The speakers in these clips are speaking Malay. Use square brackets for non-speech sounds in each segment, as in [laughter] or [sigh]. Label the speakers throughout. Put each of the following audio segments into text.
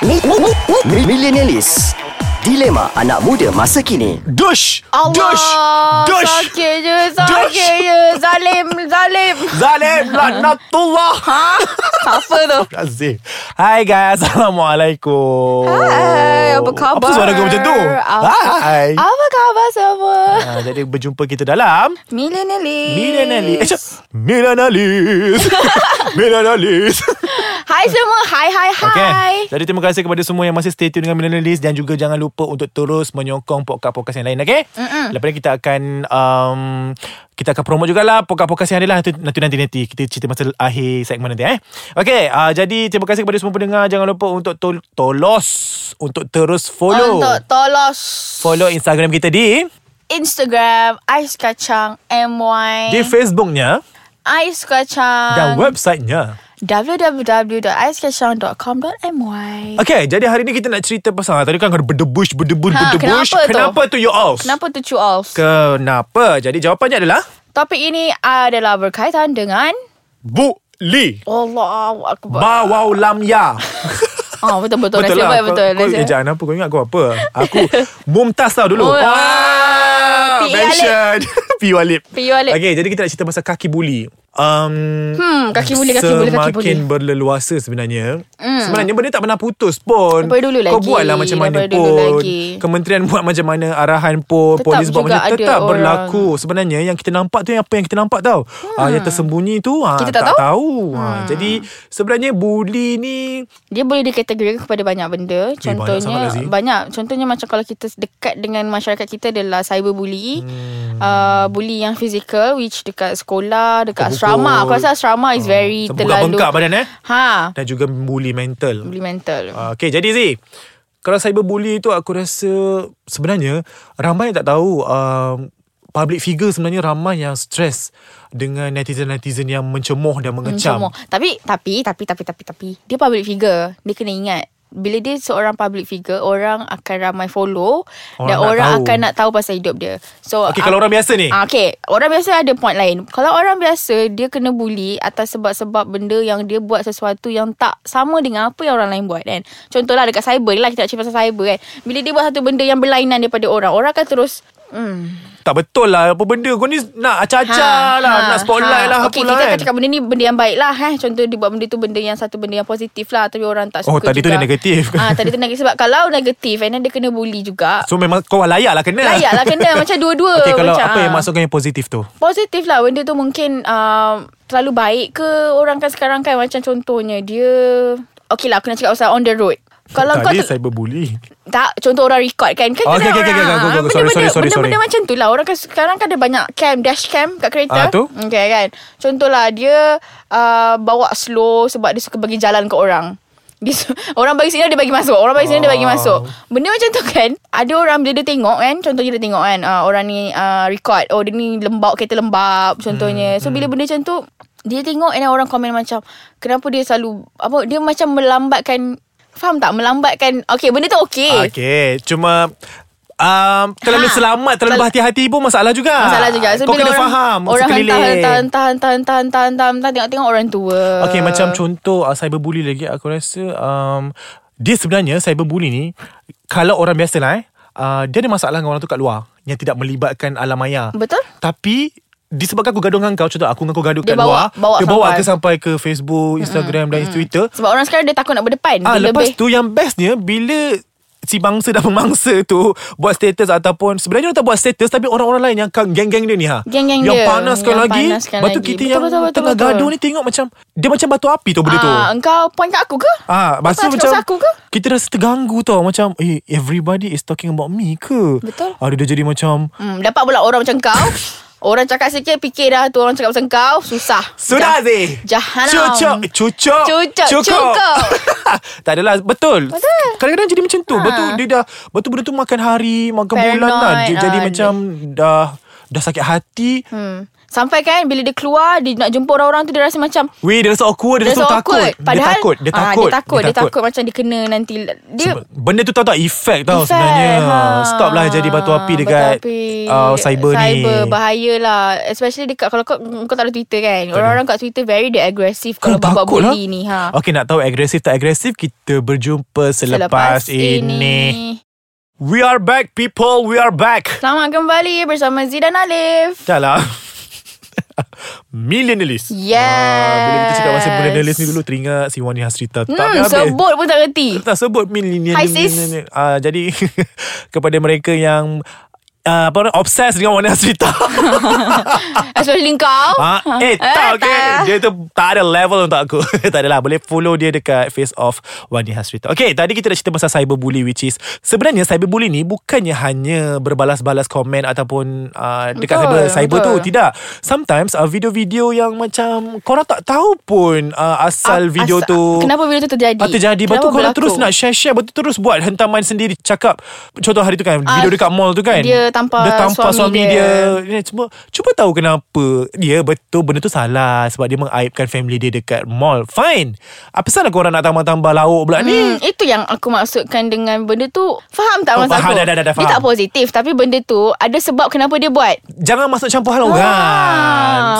Speaker 1: Mi- mi- mi- mi- Millenialis Dilema anak muda masa kini
Speaker 2: Dush
Speaker 3: Allah
Speaker 2: Dush Dush
Speaker 3: Sakit je Sakit
Speaker 2: Dush.
Speaker 3: je Zalim Zalim
Speaker 2: [laughs] Zalim
Speaker 3: [laughs]
Speaker 2: Laknatullah Ha
Speaker 3: Apa tu
Speaker 2: Razif Hai guys [laughs] Assalamualaikum
Speaker 3: Hai Apa khabar
Speaker 2: Apa suara kau macam tu
Speaker 3: Apa,
Speaker 2: Hai
Speaker 3: apa khabar semua
Speaker 2: Ah, Jadi berjumpa kita dalam
Speaker 3: Millenialis
Speaker 2: Millenialis Eh, cak- Millenialis
Speaker 3: [laughs]
Speaker 2: Millenialis
Speaker 3: Hai semua Hai hai hai
Speaker 2: Okay. Jadi terima kasih kepada semua yang masih stay tune dengan Millenialis Dan juga jangan lupa untuk terus menyokong podcast-podcast yang lain Okay Mm-mm. Lepas ni kita akan um, Kita akan promote jugalah podcast-podcast yang ada lah Nanti-nanti Kita cerita masa akhir segmen nanti eh Okay uh, Jadi terima kasih kepada semua pendengar Jangan lupa untuk tol- tolos Untuk terus follow
Speaker 3: Untuk tolos
Speaker 2: Follow Instagram kita di
Speaker 3: Instagram Ais Kacang MY
Speaker 2: Di Facebooknya
Speaker 3: Ais Kacang
Speaker 2: Dan websitenya
Speaker 3: www.aiskacang.com.my
Speaker 2: Okay jadi hari ni kita nak cerita pasal Tadi kan kena berdebush Berdebush
Speaker 3: Ha,
Speaker 2: Berdebush Kenapa
Speaker 3: kenapa tu?
Speaker 2: tu you all
Speaker 3: Kenapa tu Chu Alf?
Speaker 2: Kenapa? Jadi jawapannya adalah
Speaker 3: Topik ini adalah berkaitan dengan
Speaker 2: Buli
Speaker 3: Allah Akbar.
Speaker 2: Bawau ya. lamya
Speaker 3: Ah betul betul. Nasib baik betul.
Speaker 2: lah. Kau, kau
Speaker 3: Nasib-
Speaker 2: ejaan apa Kau ingat kau apa
Speaker 3: [laughs]
Speaker 2: Aku Mumtaz tau dulu
Speaker 3: Oh, ah, P.E.
Speaker 2: Mention [laughs] P.U. Alip
Speaker 3: P.U. Alip.
Speaker 2: Okay jadi kita nak cerita pasal kaki buli Um,
Speaker 3: Hmm, kaki buli, kaki buli, kaki buli.
Speaker 2: Semakin berleluasa sebenarnya mm. Sebenarnya benda tak pernah putus pun
Speaker 3: Daripada dulu
Speaker 2: Kau
Speaker 3: lagi,
Speaker 2: buatlah macam mana
Speaker 3: daripada dulu
Speaker 2: pun
Speaker 3: lagi.
Speaker 2: Kementerian buat macam mana Arahan pun
Speaker 3: Tetap
Speaker 2: Polis buat
Speaker 3: juga
Speaker 2: macam
Speaker 3: ada
Speaker 2: Tetap
Speaker 3: orang.
Speaker 2: berlaku Sebenarnya yang kita nampak tu yang Apa yang kita nampak tau hmm. Yang tersembunyi tu ah,
Speaker 3: Kita tak
Speaker 2: tak
Speaker 3: tahu. Hmm.
Speaker 2: tahu, Ah, Jadi sebenarnya buli ni
Speaker 3: Dia boleh dikategorikan kepada banyak benda.
Speaker 2: banyak sangat
Speaker 3: Contohnya
Speaker 2: lah, Zee.
Speaker 3: banyak, Contohnya macam kalau kita dekat dengan masyarakat kita adalah cyberbully. Hmm. Uh, bully yang fizikal which dekat sekolah,
Speaker 2: Terpukul.
Speaker 3: dekat asrama. Aku rasa asrama is very
Speaker 2: Sampai
Speaker 3: terlalu
Speaker 2: bengkak badan eh
Speaker 3: Ha,
Speaker 2: Dan juga bully mental
Speaker 3: bully mental.
Speaker 2: Ah, Okay jadi Zee Kalau cyberbully tu aku rasa Sebenarnya Ramai yang tak tahu um, Public figure sebenarnya ramai yang stres Dengan netizen-netizen yang mencemoh dan mengecam
Speaker 3: Hmm, Semua. Tapi tapi tapi tapi tapi tapi dia public figure. Dia kena ingat bila dia seorang public figure, orang akan ramai follow
Speaker 2: Orang nak tahu.
Speaker 3: orang dan orang tahu. akan nak tahu pasal hidup dia. So
Speaker 2: Okay kalau orang biasa ni
Speaker 3: Ah, okay, orang biasa ada point lain. Kalau orang biasa, dia kena bully atas sebab-sebab benda yang dia buat sesuatu yang tak sama dengan apa yang orang lain buat kan. Contohlah dekat cyber ni lah, kita nak cerita pasal cyber kan. Bila dia buat satu benda yang berlainan daripada orang, orang akan terus... Hmm, ha,
Speaker 2: Tak betul lah Apa benda kau ni nak acah-acah lah Nak spotlight lah
Speaker 3: Okay,
Speaker 2: apalah
Speaker 3: ha. kita akan
Speaker 2: kan
Speaker 3: cakap benda ni benda yang baik lah. Eh. Contoh dia buat benda tu benda yang satu benda yang positif lah. Tapi orang tak
Speaker 2: Oh,
Speaker 3: suka
Speaker 2: tadi tu dia
Speaker 3: juga.
Speaker 2: negatif.
Speaker 3: Ah, tadi tu negatif. Sebab kalau negatif, and then dia kena bully juga.
Speaker 2: [laughs] So memang kau layak lah kena
Speaker 3: Layak lah
Speaker 2: [laughs]
Speaker 3: kena. Macam dua-dua.
Speaker 2: Okay kalau
Speaker 3: macam,
Speaker 2: apa yang
Speaker 3: ah.
Speaker 2: masukkan yang positif tu
Speaker 3: Positif lah Benda tu mungkin uh, Terlalu baik ke Orang kan sekarang kan Macam contohnya Dia Okay lah aku nak cakap pasal on the road Kalau kau
Speaker 2: Tadi
Speaker 3: ter-
Speaker 2: cyberbully
Speaker 3: Tak Contoh orang record kan Kan
Speaker 2: Oh,
Speaker 3: kadang
Speaker 2: okay, okay,
Speaker 3: orang
Speaker 2: okay, okay, go, go, go.
Speaker 3: ah,
Speaker 2: Sorry,
Speaker 3: benda-benda-
Speaker 2: sorry, sorry,
Speaker 3: Benda-benda
Speaker 2: sorry.
Speaker 3: macam tu lah Orang kan sekarang kan ada banyak Cam Dash cam kat
Speaker 2: Ah,
Speaker 3: kereta
Speaker 2: tu?
Speaker 3: Okay kan Contoh lah Dia uh, Bawa slow Sebab dia suka bagi jalan ke orang dia, su- [laughs] orang bagi signal dia bagi masuk Orang bagi signal dia bagi
Speaker 2: Ah.
Speaker 3: masuk Benda macam tu kan Ada orang bila dia tengok kan Contohnya dia tengok kan uh, Orang ni uh, record Oh dia ni lembab Kereta lembab Contohnya hmm, So bila benda macam tu Dia tengok and then orang komen macam Kenapa dia selalu apa Dia macam melambatkan Faham tak? Melambatkan Okay benda tu okay
Speaker 2: Ah, Okay Cuma um, Terlalu
Speaker 3: Eh. Ha.
Speaker 2: selamat Terlalu
Speaker 3: Terlalu-
Speaker 2: berhati-hati pun Masalah juga
Speaker 3: Masalah juga
Speaker 2: Ah,
Speaker 3: so,
Speaker 2: Kau
Speaker 3: bila
Speaker 2: kena
Speaker 3: orang,
Speaker 2: faham
Speaker 3: Orang
Speaker 2: sekeliling.
Speaker 3: hantar hantar hantar hantar hantar hantar hantar hantar Tengok-tengok orang tua
Speaker 2: Okay macam contoh uh, Cyberbully lagi Aku rasa um, Dia sebenarnya Cyberbully ni Kalau orang biasa lah eh uh, Dia ada masalah dengan orang tu kat luar Yang tidak melibatkan alam maya
Speaker 3: Betul.
Speaker 2: Tapi Disebabkan aku gaduh dengan kau Contoh aku dengan kau gaduh kat
Speaker 3: Dia bawa-
Speaker 2: luar
Speaker 3: bawa
Speaker 2: Dia bawa ke
Speaker 3: sampai.
Speaker 2: sampai ke Facebook Instagram dan Twitter
Speaker 3: Sebab orang sekarang dia takut nak berdepan
Speaker 2: Ah,
Speaker 3: Dia
Speaker 2: lepas
Speaker 3: lebih-
Speaker 2: tu yang bestnya bila si bangsa dan pemangsa tu buat status ataupun sebenarnya orang tak buat status tapi orang-orang lain yang kan- geng-geng dia ni ha.
Speaker 3: Geng-geng
Speaker 2: yang
Speaker 3: dia,
Speaker 2: panaskan
Speaker 3: yang
Speaker 2: lagi.
Speaker 3: panaskan
Speaker 2: lepas tu
Speaker 3: lagi.
Speaker 2: kita
Speaker 3: Betul,
Speaker 2: yang
Speaker 3: betul, betul,
Speaker 2: tengah
Speaker 3: betul.
Speaker 2: gaduh ni tengok macam dia macam batu api tu benda tu.
Speaker 3: Ah, Engkau point kat aku ke?
Speaker 2: Ah, lepas tu
Speaker 3: Kau nak cakap
Speaker 2: macam
Speaker 3: pasal aku ke?
Speaker 2: Kita rasa terganggu tau Macam Eh everybody is talking about me ke
Speaker 3: Betul.
Speaker 2: ah, Dia dah jadi macam
Speaker 3: Hmm, dapat pula orang macam kau. orang cakap sikit fikir dah tu orang cakap pasal kau susah.
Speaker 2: Sudah Zee
Speaker 3: Jahanam.
Speaker 2: Cucuk Eh, Cucuk
Speaker 3: Cucuk, cukup.
Speaker 2: [laughs] Tak adalah Betul Kadang-kadang jadi macam tu ha. Betul dia dah Betul benda tu makan hari Makan bulan kan?
Speaker 3: Paranoid,
Speaker 2: lah Dia jadi
Speaker 3: ah,
Speaker 2: macam Dah Dah sakit hati
Speaker 3: Hmm. Sampai kan bila dia keluar Dia nak jumpa orang-orang tu Dia rasa macam
Speaker 2: Weh dia rasa awkward Dia, rasa takut
Speaker 3: Padahal,
Speaker 2: Dia takut Dia
Speaker 3: ah,
Speaker 2: takut
Speaker 3: dia takut Dia takut macam dia kena nanti Dia
Speaker 2: Sebab- Benda tu tahu tak Efek tau
Speaker 3: Effect,
Speaker 2: sebenarnya ha.
Speaker 3: ha.
Speaker 2: Stop lah jadi batu api Dekat
Speaker 3: batu api.
Speaker 2: Uh, cyber,
Speaker 3: Cyber
Speaker 2: ni
Speaker 3: bahaya lah Especially dekat Kalau kau, kau tak ada Twitter kan Orang-orang kat Twitter Very dia agresif
Speaker 2: Kau
Speaker 3: Kalau buat
Speaker 2: takut lah
Speaker 3: bully ni ha.
Speaker 2: Okay nak tahu agresif tak agresif Kita berjumpa selepas, ini. We are back people We are back
Speaker 3: Selamat kembali Bersama Zidan Alif
Speaker 2: Dah lah [laughs] Millionaires
Speaker 3: Yes.
Speaker 2: Ah, Bila kita cakap pasal millionaires ni dulu Teringat si Wani Hasrita Tak
Speaker 3: Hmm,
Speaker 2: habis-habis.
Speaker 3: sebut pun tak
Speaker 2: [laughs]
Speaker 3: reti
Speaker 2: tak sebut millennial
Speaker 3: Hi, sis.
Speaker 2: millennial. Ah, jadi [laughs] kepada mereka yang ah, apa orang obses dengan warna cerita.
Speaker 3: Especially kau [laughs]
Speaker 2: ah, eh, tak okay.
Speaker 3: tak.
Speaker 2: Dia tu tak ada level untuk aku. [laughs] tak adalah. Boleh follow dia dekat Face Off Wani Hasrita. Okay, tadi kita dah cerita pasal cyberbully which is sebenarnya cyberbully ni bukannya hanya berbalas-balas komen ataupun ah, dekat
Speaker 3: Betul,
Speaker 2: cyber cyber
Speaker 3: betul.
Speaker 2: tu. Tidak. Sometimes ah, video-video yang macam korang tak tahu pun ah, asal
Speaker 3: Ah,
Speaker 2: video
Speaker 3: asal-
Speaker 2: tu.
Speaker 3: Kenapa video tu terjadi
Speaker 2: Ah, terjadi Lepas tu
Speaker 3: Kenapa
Speaker 2: korang
Speaker 3: berlaku?
Speaker 2: terus nak share-share Lepas tu terus buat hentaman sendiri Cakap Contoh hari tu kan
Speaker 3: Ah,
Speaker 2: Video dekat mall tu kan
Speaker 3: dia tampar
Speaker 2: Dia tampar suami,
Speaker 3: suami
Speaker 2: dia,
Speaker 3: dia.
Speaker 2: dia. Cuma Cuba tahu kenapa Dia betul Benda tu salah Sebab dia mengaibkan family dia Dekat mall Fine Apa salah korang nak tambah-tambah lauk pula ni
Speaker 3: Hmm, itu yang aku maksudkan dengan benda tu Faham tak
Speaker 2: Oh,
Speaker 3: maksud
Speaker 2: faham,
Speaker 3: aku?
Speaker 2: dah, dah, dah, dah,
Speaker 3: Dia
Speaker 2: faham.
Speaker 3: tak positif Tapi benda tu Ada sebab kenapa dia buat
Speaker 2: Jangan masuk campur hal
Speaker 3: Ah.
Speaker 2: orang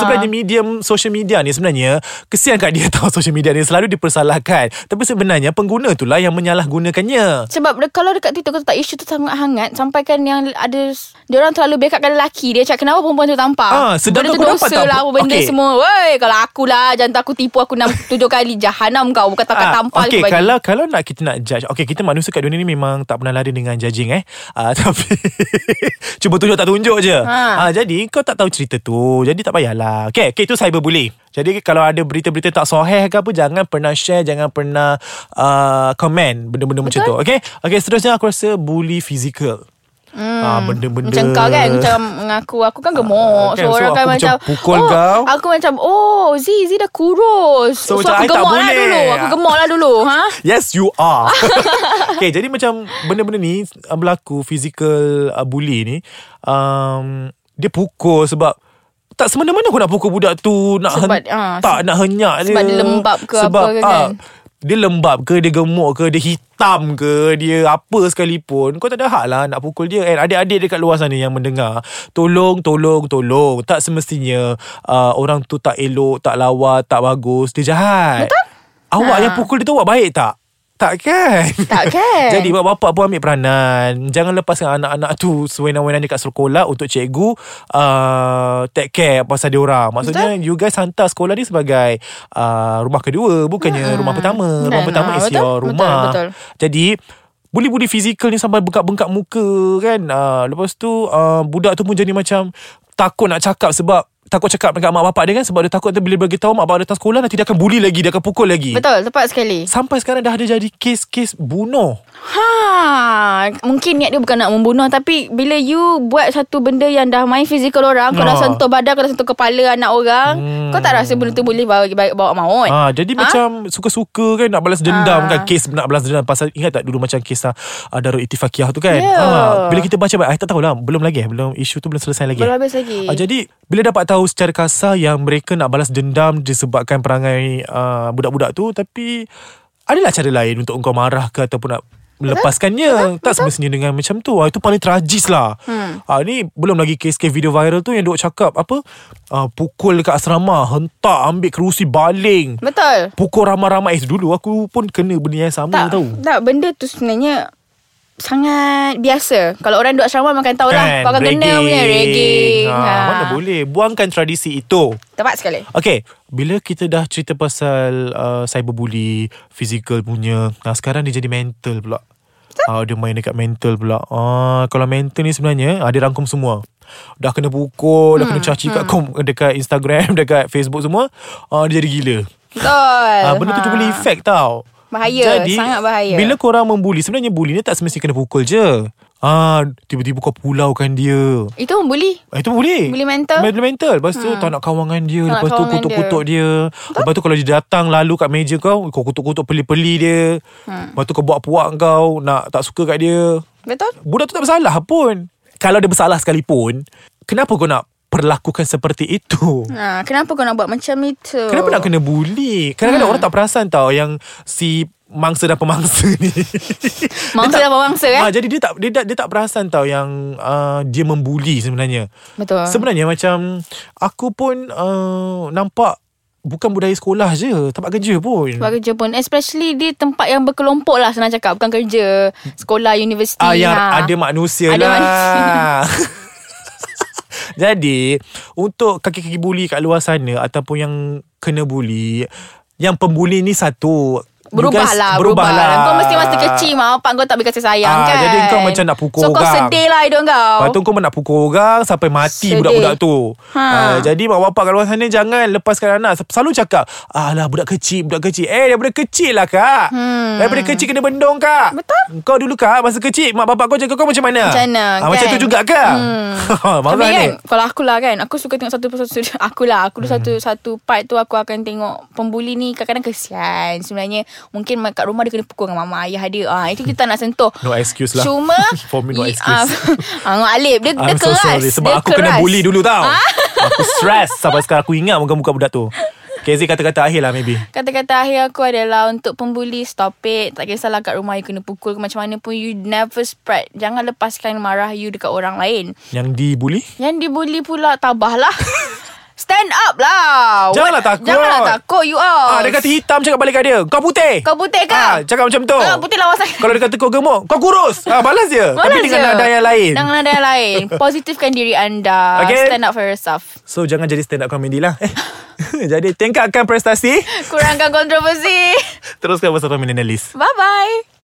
Speaker 2: Sebenarnya medium Social media ni sebenarnya Kesian kat dia [laughs] tahu Social media ni selalu dipersalahkan Tapi sebenarnya Pengguna tu lah Yang menyalahgunakannya
Speaker 3: Sebab de- kalau dekat Twitter kau tak isu tu sangat hangat Sampai kan yang ada Dia orang terlalu bekatkan lelaki Dia cakap kenapa perempuan tu tampar
Speaker 2: Ah, sedangkan
Speaker 3: Benda tu
Speaker 2: kau dapat
Speaker 3: dosa
Speaker 2: tak?
Speaker 3: lah Apa benda
Speaker 2: Okey.
Speaker 3: semua Woi kalau akulah Jantan aku tipu aku [laughs] 6, 7 kali Jahanam kau Bukan tampar
Speaker 2: Ah,
Speaker 3: tampar
Speaker 2: Okay kalau Kalau nak kita nak judge Okay kita manusia kat dunia ni Memang tak pernah lari Dengan judging eh uh, [laughs] Tapi Cuba tunjuk tak tunjuk je ha.
Speaker 3: Ha.
Speaker 2: Jadi kau tak tahu cerita tu Jadi tak payahlah Okay, okay itu cyberbully jadi kalau ada berita-berita tak soheh ke apa Jangan pernah share Jangan pernah uh, Comment Benda-benda macam tu Okay Okay seterusnya aku rasa Bully physical hmm. ah, Benda-benda
Speaker 3: Macam kau kan Macam mengaku Aku kan gemuk
Speaker 2: Ah, kan,
Speaker 3: So
Speaker 2: so
Speaker 3: orang kan
Speaker 2: aku macam
Speaker 3: macam
Speaker 2: pukul
Speaker 3: oh,
Speaker 2: kau.
Speaker 3: Aku macam Oh Z Z dah kurus
Speaker 2: So,
Speaker 3: So,
Speaker 2: macam, "I
Speaker 3: aku
Speaker 2: tak
Speaker 3: gemuk lah
Speaker 2: boleh."
Speaker 3: dulu Aku gemuk lah dulu ha?
Speaker 2: Yes you are [laughs] Okay jadi macam Benda-benda ni uh, Berlaku Physical uh, bully ni um, Dia pukul sebab tak semena-mena kau nak pukul budak tu Nak
Speaker 3: Sebab,
Speaker 2: hen-
Speaker 3: ah,
Speaker 2: tak nak henyak dia
Speaker 3: sebab dia lembab ke apa
Speaker 2: sebab,
Speaker 3: ke
Speaker 2: ah,
Speaker 3: kan?
Speaker 2: Dia lembab ke Dia gemuk ke Dia hitam ke Dia apa sekalipun Kau tak ada hak lah Nak pukul dia And adik-adik dekat luar sana Yang mendengar Tolong Tolong Tolong Tak semestinya uh, Orang tu tak elok Tak lawa Tak bagus Dia jahat Betul Awak ha. yang pukul dia tu Awak baik tak? Tak kan?
Speaker 3: Tak
Speaker 2: [laughs]
Speaker 3: kan?
Speaker 2: Jadi mak bapak pun ambil peranan Jangan lepaskan anak-anak tu Sewenang-wenang dekat sekolah Untuk cikgu uh, Take care pasal dia orang Maksudnya Betul? you guys hantar sekolah ni sebagai uh, Rumah kedua Bukannya hmm. rumah pertama Rumah
Speaker 3: Dan,
Speaker 2: pertama
Speaker 3: ah,
Speaker 2: is
Speaker 3: betul,
Speaker 2: your
Speaker 3: betul,
Speaker 2: rumah
Speaker 3: betul.
Speaker 2: Jadi Bully-bully fizikal ni sampai bengkak-bengkak muka kan uh, Lepas tu uh, budak tu pun jadi macam Takut nak cakap sebab Takut cakap dekat mak bapak dia kan Sebab dia takut nanti bila beritahu mak bapak datang sekolah Nanti dia akan bully lagi Dia akan pukul lagi
Speaker 3: Betul tepat sekali
Speaker 2: Sampai sekarang dah ada jadi kes-kes bunuh.
Speaker 3: Ha, mungkin niat dia bukan nak membunuh tapi bila you buat satu benda yang dah main fizikal orang, kau
Speaker 2: Ah.
Speaker 3: dah sentuh badan, kau dah sentuh kepala anak orang, hmm. kau tak rasa benda tu boleh bawa bawa, bawa maut.
Speaker 2: Ha, jadi ha? macam suka-suka kan nak balas
Speaker 3: Ah.
Speaker 2: dendam ha. kan. Kes nak balas dendam. Pasal ingat tak dulu macam kisah uh, Darul Itifakiyah tu kan.
Speaker 3: Ya.
Speaker 2: Ha, bila kita baca, I tak tahulah. Belum lagi. eh, Belum isu tu belum selesai lagi.
Speaker 3: Belum habis lagi.
Speaker 2: Ah, jadi bila dapat tahu secara kasar yang mereka nak balas dendam disebabkan perangai uh, budak-budak tu tapi adalah cara lain untuk engkau marah ke ataupun nak melepaskannya betul, tak semestinya dengan macam tu ah, itu paling tragis lah hmm. ah, ni belum lagi kes-kes video viral tu yang duk cakap apa ah, pukul dekat asrama hentak ambil kerusi baling
Speaker 3: Betul.
Speaker 2: pukul ramai-ramai eh, dulu aku pun kena benda yang sama
Speaker 3: Tak,
Speaker 2: tau
Speaker 3: tak benda tu sebenarnya sangat biasa. Kalau orang duduk asrama makan tahu lah. Kau akan kena punya regging.
Speaker 2: Kan, ha, Mana boleh Buangkan tradisi itu
Speaker 3: Tepat sekali.
Speaker 2: Okay, bila kita dah cerita pasal uh, cyberbully, physical punya, nah sekarang dia jadi mental pula. Ah, dia main dekat mental pula. Ah, kalau mental ni sebenarnya ah, dia rangkum semua. Dah kena pukul, dah kena
Speaker 3: Hmm,
Speaker 2: caci kat kom, dekat Instagram, [laughs] dekat Facebook semua. Ah, dia jadi gila.
Speaker 3: Betul.
Speaker 2: Ah, benda tu
Speaker 3: Ha.
Speaker 2: dia boleh efek tau.
Speaker 3: Bahaya,
Speaker 2: Jadi,
Speaker 3: sangat bahaya.
Speaker 2: Bila korang membuli, sebenarnya bully ni tak semestinya kena pukul je. Ah, tiba-tiba kau pulaukan dia.
Speaker 3: Itu membuli.
Speaker 2: Ah, itu boleh
Speaker 3: Boleh mental. Ha.
Speaker 2: Boleh mental Lepas tu hmm. tak nak kawangan dia
Speaker 3: Tak nak
Speaker 2: Lepas tu
Speaker 3: kawangan
Speaker 2: kutuk-kutuk dia, dia. Lepas tu kalau dia datang lalu kat meja kau Kau kutuk-kutuk peli-peli dia
Speaker 3: Ha.
Speaker 2: hmm. Lepas tu kau buat puak kau Nak tak suka kat dia
Speaker 3: Betul?
Speaker 2: Budak tu tak bersalah pun Kalau dia bersalah sekalipun Kenapa kau nak diperlakukan seperti itu.
Speaker 3: Ha, kenapa kau nak buat macam itu?
Speaker 2: Kenapa nak kena bully?
Speaker 3: Ha.
Speaker 2: Kadang-kadang orang tak perasan tau yang si mangsa dan pemangsa
Speaker 3: [laughs]
Speaker 2: ni.
Speaker 3: Mangsa dan pemangsa, eh?
Speaker 2: Ah, jadi dia tak dia tak dia tak perasan tau yang uh, dia membuli sebenarnya.
Speaker 3: Betul.
Speaker 2: Sebenarnya macam aku pun uh, nampak bukan budaya sekolah je, tempat kerja pun.
Speaker 3: Buat kerja pun Especially di tempat yang berkelompok lah Senang cakap Bukan kerja Sekolah, universiti
Speaker 2: Ah, yang
Speaker 3: ha.
Speaker 2: ada manusia
Speaker 3: Ada
Speaker 2: lah.
Speaker 3: manusia.
Speaker 2: [laughs] Jadi, untuk kaki-kaki buli kat luar sana ataupun yang kena buli, yang pembuli ni satu. You
Speaker 3: Berubah
Speaker 2: guys,
Speaker 3: lah
Speaker 2: Berubah lah.
Speaker 3: Kau mesti masa kecil Mak bapak kau tak boleh kasih sayang
Speaker 2: Ah,
Speaker 3: kan
Speaker 2: jadi kau macam nak pukul
Speaker 3: So kau
Speaker 2: orang.
Speaker 3: sedih lah hidup kau
Speaker 2: Lepas tu kau nak pukul orang Sampai mati
Speaker 3: Sedih.
Speaker 2: budak-budak tu
Speaker 3: Ha.
Speaker 2: ha. Jadi mak bapak kat luar sana Jangan lepaskan anak Sel- Selalu cakap Alah budak kecil Budak kecil Eh daripada kecil lah kak hmm. Daripada kecil kena bendong kak
Speaker 3: Betul.
Speaker 2: Kau dulu kak Masa kecil Mak bapak kau jaga kau macam mana
Speaker 3: Macam mana,
Speaker 2: ha, Macam
Speaker 3: kan?
Speaker 2: tu juga kak hmm. [laughs] Marah
Speaker 3: Tapi
Speaker 2: ni
Speaker 3: kan Kalau akulah kan Aku suka tengok satu persatu [laughs] Akulah Aku hmm. satu satu part tu Aku akan tengok Pembuli ni kadang-kadang kesian Sebenarnya Mungkin mak- kat rumah Dia kena pukul dengan mama Ayah dia ah, Itu kita tak nak sentuh
Speaker 2: No excuse lah.
Speaker 3: Cuma
Speaker 2: [laughs] For me, no
Speaker 3: i-
Speaker 2: excuse.
Speaker 3: ah, [laughs] Ngok Alip Dia, dia
Speaker 2: I'm so
Speaker 3: keras
Speaker 2: sorry
Speaker 3: dia
Speaker 2: Sebab aku
Speaker 3: keras. Ah.
Speaker 2: kena bully dulu tau [laughs] Aku stress Sampai sekarang aku ingat Muka-muka budak tu KZ kata-kata akhir lah maybe
Speaker 3: Kata-kata akhir aku adalah Untuk pembuli Stop it Tak kisahlah kat rumah You kena pukul ke Macam mana pun You never spread Jangan lepaskan marah you Dekat orang lain
Speaker 2: Yang dibuli
Speaker 3: Yang dibuli pula Tabahlah [laughs] Stand up lah
Speaker 2: Janganlah
Speaker 3: What-
Speaker 2: takut.
Speaker 3: Janganlah takut You all
Speaker 2: Ah, dia kata hitam cakap balik kat dia Kau putih
Speaker 3: Kau putih ke?
Speaker 2: ah, Cakap macam tu
Speaker 3: Kau putih lawan saya
Speaker 2: Kalau dia kata kau gemuk Kau kurus ah, Balas dia
Speaker 3: Mana
Speaker 2: Tapi dengan
Speaker 3: je?
Speaker 2: nada yang lain
Speaker 3: Dengan nada yang
Speaker 2: [laughs]
Speaker 3: lain Positifkan diri anda
Speaker 2: Okay.
Speaker 3: Stand up for yourself
Speaker 2: So jangan jadi stand up comedy lah eh. [laughs] Jadi tingkatkan prestasi
Speaker 3: Kurangkan [laughs] kontroversi
Speaker 2: Teruskan bersama Millennialist
Speaker 3: Bye-bye